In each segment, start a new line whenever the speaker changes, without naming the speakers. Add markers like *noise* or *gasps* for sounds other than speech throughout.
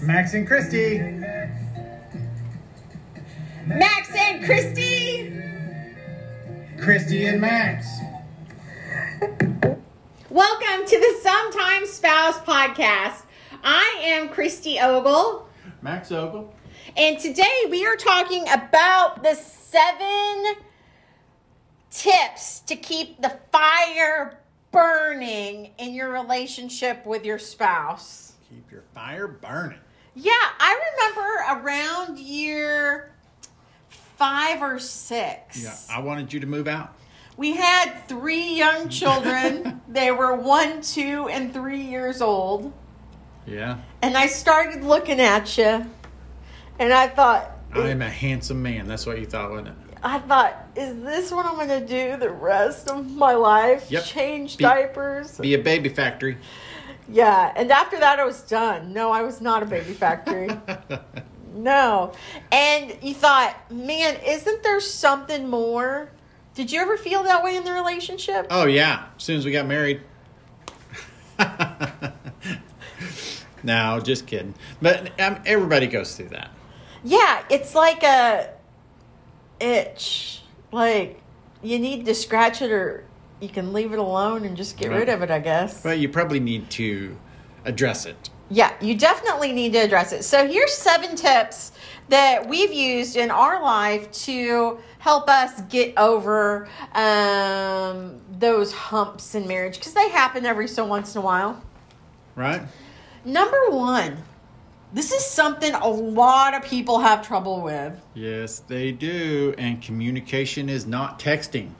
Max and Christy.
Max and Christy.
Christy and Max.
Welcome to the Sometimes Spouse podcast. I am Christy Ogle,
Max Ogle.
and today we are talking about the seven tips to keep the fire burning in your relationship with your spouse.
Keep your fire burning.
Yeah, I remember around year five or six.
Yeah, I wanted you to move out.
We had three young children.
*laughs*
they were one, two, and three years old.
Yeah.
And I started looking at you, and I thought,
I am a handsome man. That's what you thought, wasn't it?
I thought, is this what I'm going to do the rest of my life?
Yep.
Change
Be-
diapers?
Be a baby factory.
yeah. And after that, I was done. No, I was not a baby
*laughs*
factory. No. And you thought, man, isn't there something more? Did you ever feel that way in the relationship?
*laughs* oh yeah. As soon as we got married. *laughs* no, just kidding. But um, everybody goes through that.
yeah, it's like a itch. Like you need to scratch it or you can leave it alone and just get
Right.
rid of it, I guess.
But you probably need to address it.
Yeah, you definitely need to address it. So here's seven tips that we've used in our life to help us get over um, those humps in marriage because they happen every so once in a while.
Right?
Number one, this is something a lot of people have trouble with.
Yes, they do. And communication is not texting.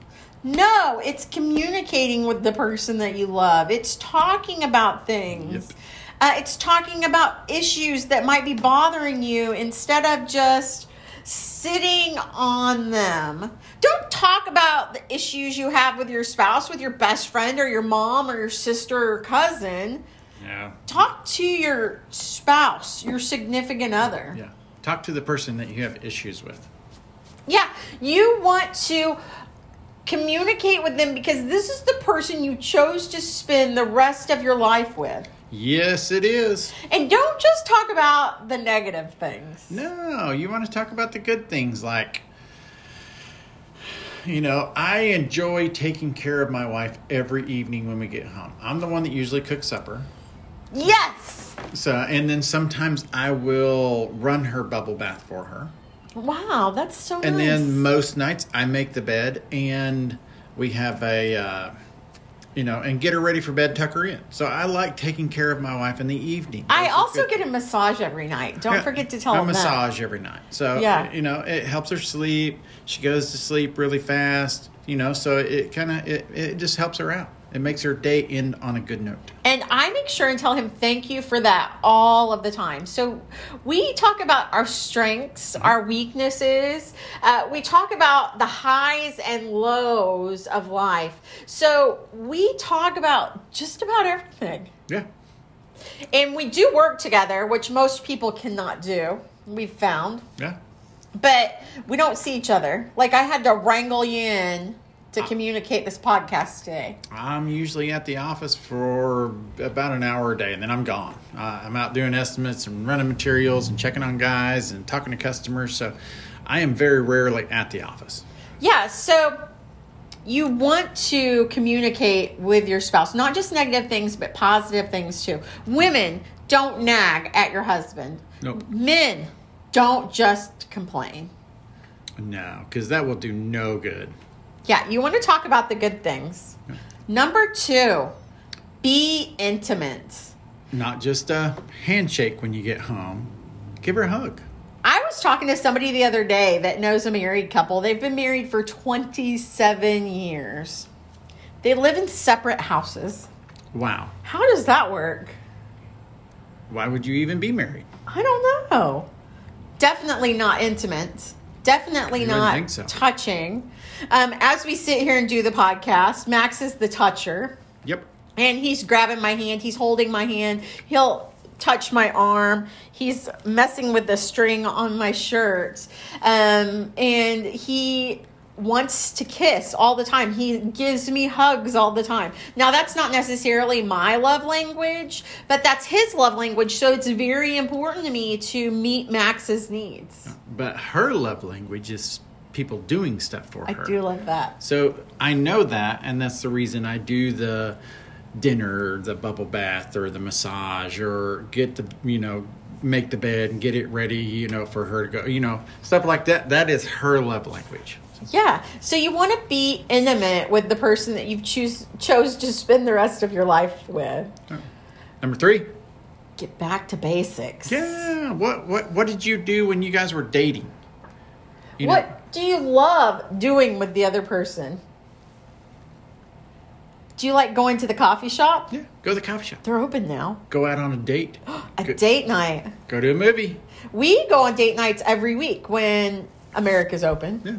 No, it's communicating with the person that you love, it's talking about things.
Yep.
Uh, it's talking about issues that might be bothering you instead of just sitting on them. Don't talk about the issues you have with your spouse, with your best friend, or your mom, or your sister, or cousin.
Yeah.
Talk to your spouse, your significant other.
Yeah. Talk to the person that you have issues with.
Yeah, you want to communicate with them because this is the person you chose to spend the rest of your life with.
Yes, it is.
And don't just talk about the negative things.
No, you want to talk about the good things like, you know, I enjoy taking care of my wife every evening when we get home. I'm the one that usually cooks supper.
Yes.
So, and then sometimes I will run her bubble bath for her.
Wow, that's so
And
nice.
then most nights I make the bed and we have a, uh, you know, and get her ready for bed, tuck her in. So I like taking care of my wife in the evening.
I
Those are
also
good-
get a massage every night. Don't
Yeah,
forget to tell
a
them that.
massage every night. So uh,
Yeah.
you know, it helps her sleep. She goes to sleep really fast. You know, so it kind of it, it just helps her out. It makes her day end on a good note.
And I make sure and tell him thank you for that all of the time. So we talk about our strengths, our weaknesses. Uh, we talk about the highs and lows of life. So we talk about just about everything.
Yeah.
And we do work together, which most people cannot do, we've found.
Yeah.
But we don't see each other. Like I had to wrangle you in to communicate this podcast today.
I'm usually at the office for about an hour a day, and then I'm gone. Uh, I'm out doing estimates and running materials and checking on guys and talking to customers. So I am very rarely at the office.
Yeah, so you want to communicate with your spouse, not just negative things, but positive things too. Women, don't nag at your husband.
Nope.
Men, don't just complain.
No, because that will do no good.
Yeah, you want to talk about the good things. Number two, be intimate.
not just a handshake when you get home. Give her a hug.
I was talking to somebody the other day that knows a married couple. They've been married for 27 years. They live in separate houses.
Wow.
How does that work?
Why would you even be married?
I don't know. Definitely not intimate. Definitely
You wouldn't
not
think so.
touching. Um, as we sit here and do the podcast, Max is the toucher,
Yep.
and he's grabbing my hand. He's holding my hand. He'll touch my arm. He's messing with the string on my shirt, um, and he wants to kiss all the time. He gives me hugs all the time. Now, that's not necessarily my love language, but that's his love language. So it's very important to me to meet Max's needs.
But her love language is people doing stuff for
I
her.
do love that.
So I know that, and that's the reason I do the dinner, the bubble bath, or the massage, or get the you know make the bed and get it ready, you know, for her to go, you know, stuff like that. That is her love language.
Yeah. So you want to be intimate with the person that you've choose chose to spend the rest of your life with.
Number three.
Get back to basics.
Yeah. What what what did you do when you guys were dating? You know-
what do you love doing with the other person? Do you like going to the coffee shop?
yeah. Go to the coffee shop.
They're open now.
Go out on a date. *gasps*
A
Go-
date night.
Go to a movie.
We go on date nights every week when America's open.
Yeah.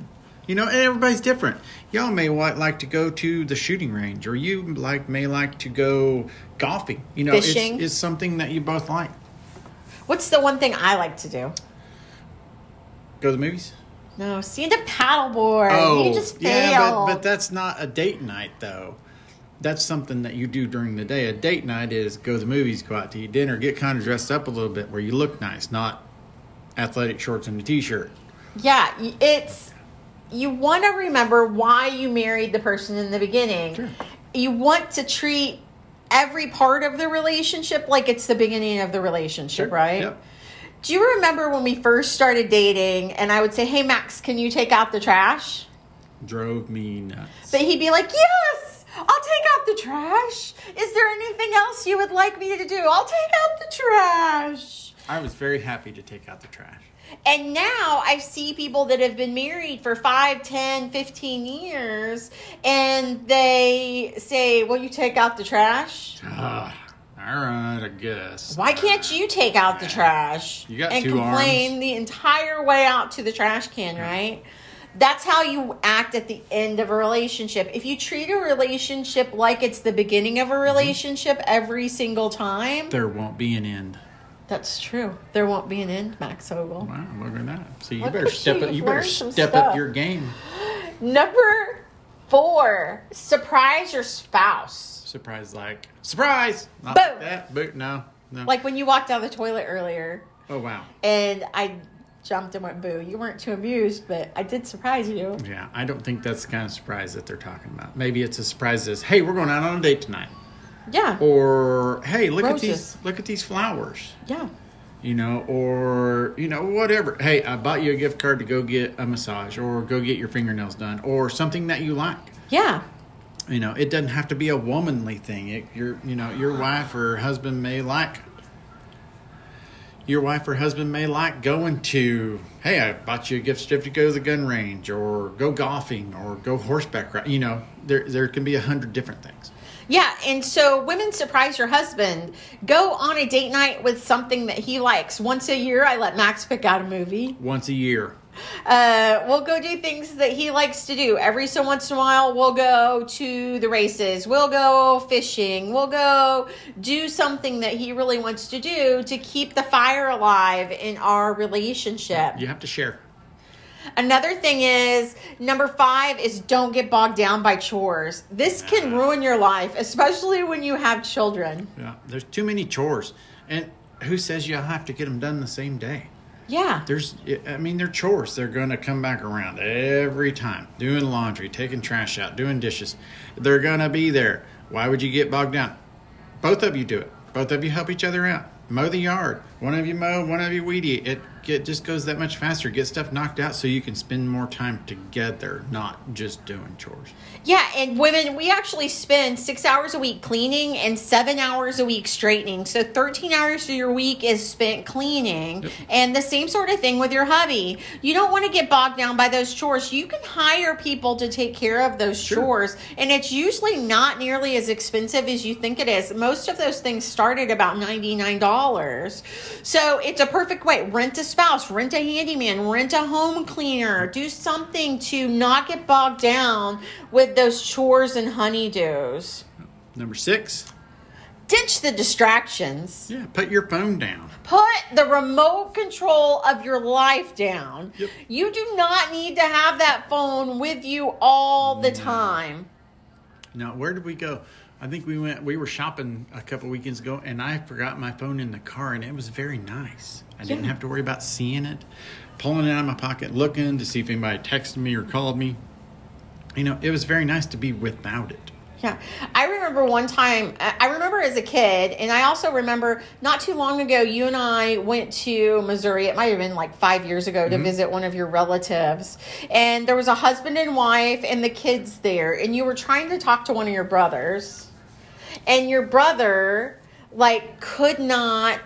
You know, and everybody's different. Y'all may wa- like to go to the shooting range, or you like may like to go golfing. You know,
Fishing.
It's, it's something that you both like.
What's the one thing I like to do?
Go to the movies.
No, stand up paddleboard. Uh, you just fail.
Oh, yeah, but, but that's not a date night though. That's something that you do during the day. A date night is go to the movies, go out to eat dinner, get kind of dressed up a little bit where you look nice, not athletic shorts and a t-shirt.
Yeah, y- it's you want to remember why you married the person in the beginning.
Sure.
You want to treat every part of the relationship like it's the beginning of the relationship, right?
Yep.
Do you remember when we first started dating and I would say, "Hey Max, can you take out the trash?"
Drove me nuts.
But he'd be like, Yes, I'll take out the trash. Is there anything else you would like me to do? I'll take out the trash.
I was very happy to take out the trash.
And now I see people that have been married for 5, 10, 15 years, and they say, Will you take out the trash?
Ah, all right, I guess.
Why can't you take out the trash
You got
and
two
complain
arms.
the entire way out to the trash can, right? That's how you act at the end of a relationship. If you treat a relationship like it's the beginning of a relationship every single time,
Mm-hmm. There won't be an end.
that's true. There won't be an end, Max Ogle.
Wow, look at that. So you
Look
better
at
step
you,
up.
you've
You better
learned some
step
stuff.
up your game.
Number four, surprise your spouse.
Surprise, like surprise. Not
Boom.
like that. Boot. No, no.
Like when you walked out of the toilet earlier
oh wow.
and I jumped and went boo. You weren't too amused, but I did surprise you.
Yeah, I don't think that's the kind of surprise that they're talking about. Maybe it's a surprise that's, hey, we're going out on a date tonight,
Yeah.
or hey, look at
Roses.
these, look at these flowers,
Yeah.
you know, or you know, whatever. Hey, I bought you a gift card to go get a massage, or go get your fingernails done, or something that you like.
Yeah.
You know, it doesn't have to be a womanly thing. It, your, you know, your wife or husband may like. Your wife or husband may like going to. Hey, I bought you a gift certificate to go to the gun range, or go golfing, or go horseback ride. You know, there there can be a hundred different things.
Yeah, and so women surprise your husband. Go on a date night with something that he likes. Once a year, I let Max pick out a movie.
Once a year,
Uh, we'll go do things that he likes to do. Every so once in a while, we'll go to the races. We'll go fishing. We'll go do something that he really wants to do to keep the fire alive in our relationship.
you have to share.
Another thing is number five is don't get bogged down by chores. This can ruin your life, especially when you have children.
Yeah, there's too many chores, and who says you have to get them done the same day?
Yeah.
there's i mean they're chores they're going to come back around every time doing laundry taking trash out doing dishes they're going to be there why would you get bogged down both of you do it both of you help each other out mow the yard one of you mow one of you weed eat it, it just goes that much faster get stuff knocked out so you can spend more time together not just doing chores
Yeah. And women, we actually spend six hours a week cleaning and seven hours a week straightening. So 13 hours of your week is spent cleaning. And the same sort of thing with your hubby. You don't want to get bogged down by those chores. You can hire people to take care of those
Sure.
chores. And it's usually not nearly as expensive as you think it is. Most of those things start at about $99. So it's a perfect way. Rent a spouse, rent a handyman, rent a home cleaner. Do something to not get bogged down with those chores and honeydews.
number six
ditch the distractions.
Yeah, put your phone down.
Put the remote control of your life down.
Yep.
You do not need to have that phone with you all the time.
Now, where did we go? I think we went. We were shopping a couple weekends ago, and I forgot my phone in the car, and it was very nice. I didn't
Yeah.
have to worry about seeing it, pulling it out of my pocket, looking to see if anybody texted me or called me. You know, it was very nice to be without it.
Yeah. I remember one time, I I remember as a kid, and I also remember not too long ago, you and I went to Missouri. It might have been like five years ago to visit one of your relatives. And there was a husband and wife and the kids there. And you were trying to talk to one of your brothers. And your brother, like, could not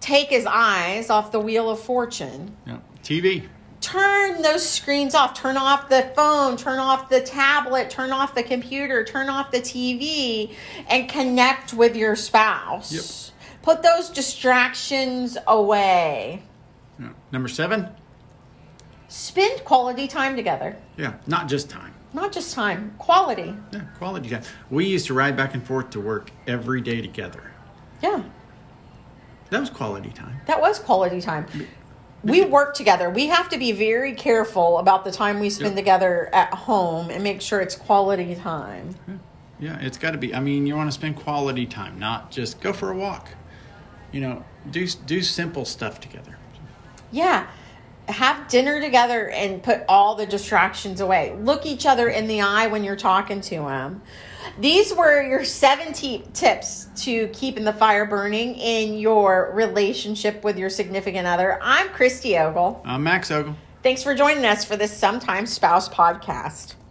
take his eyes off the Wheel of Fortune
Yeah. TV.
turn those screens off turn off the phone turn off the tablet turn off the computer turn off the tv and connect with your spouse put those distractions away
Yeah. Number seven.
spend quality time together
Yeah, not just time.
not just time quality
Yeah, quality time. We used to ride back and forth to work every day together.
yeah
That was quality time.
that was quality time we work together we have to be very careful about the time we spend
Yeah.
together at home and make sure it's quality time
Yeah, it's got to be. I mean, you want to spend quality time, not just go for a walk. You know, do do simple stuff together.
Yeah. Have dinner together and put all the distractions away. Look each other in the eye when you're talking to them. These were your seven te- tips to keeping the fire burning in your relationship with your significant other. I'm Christy Ogle.
Uh, Max Ogle.
Thanks for joining us for this Sometimes Spouse podcast.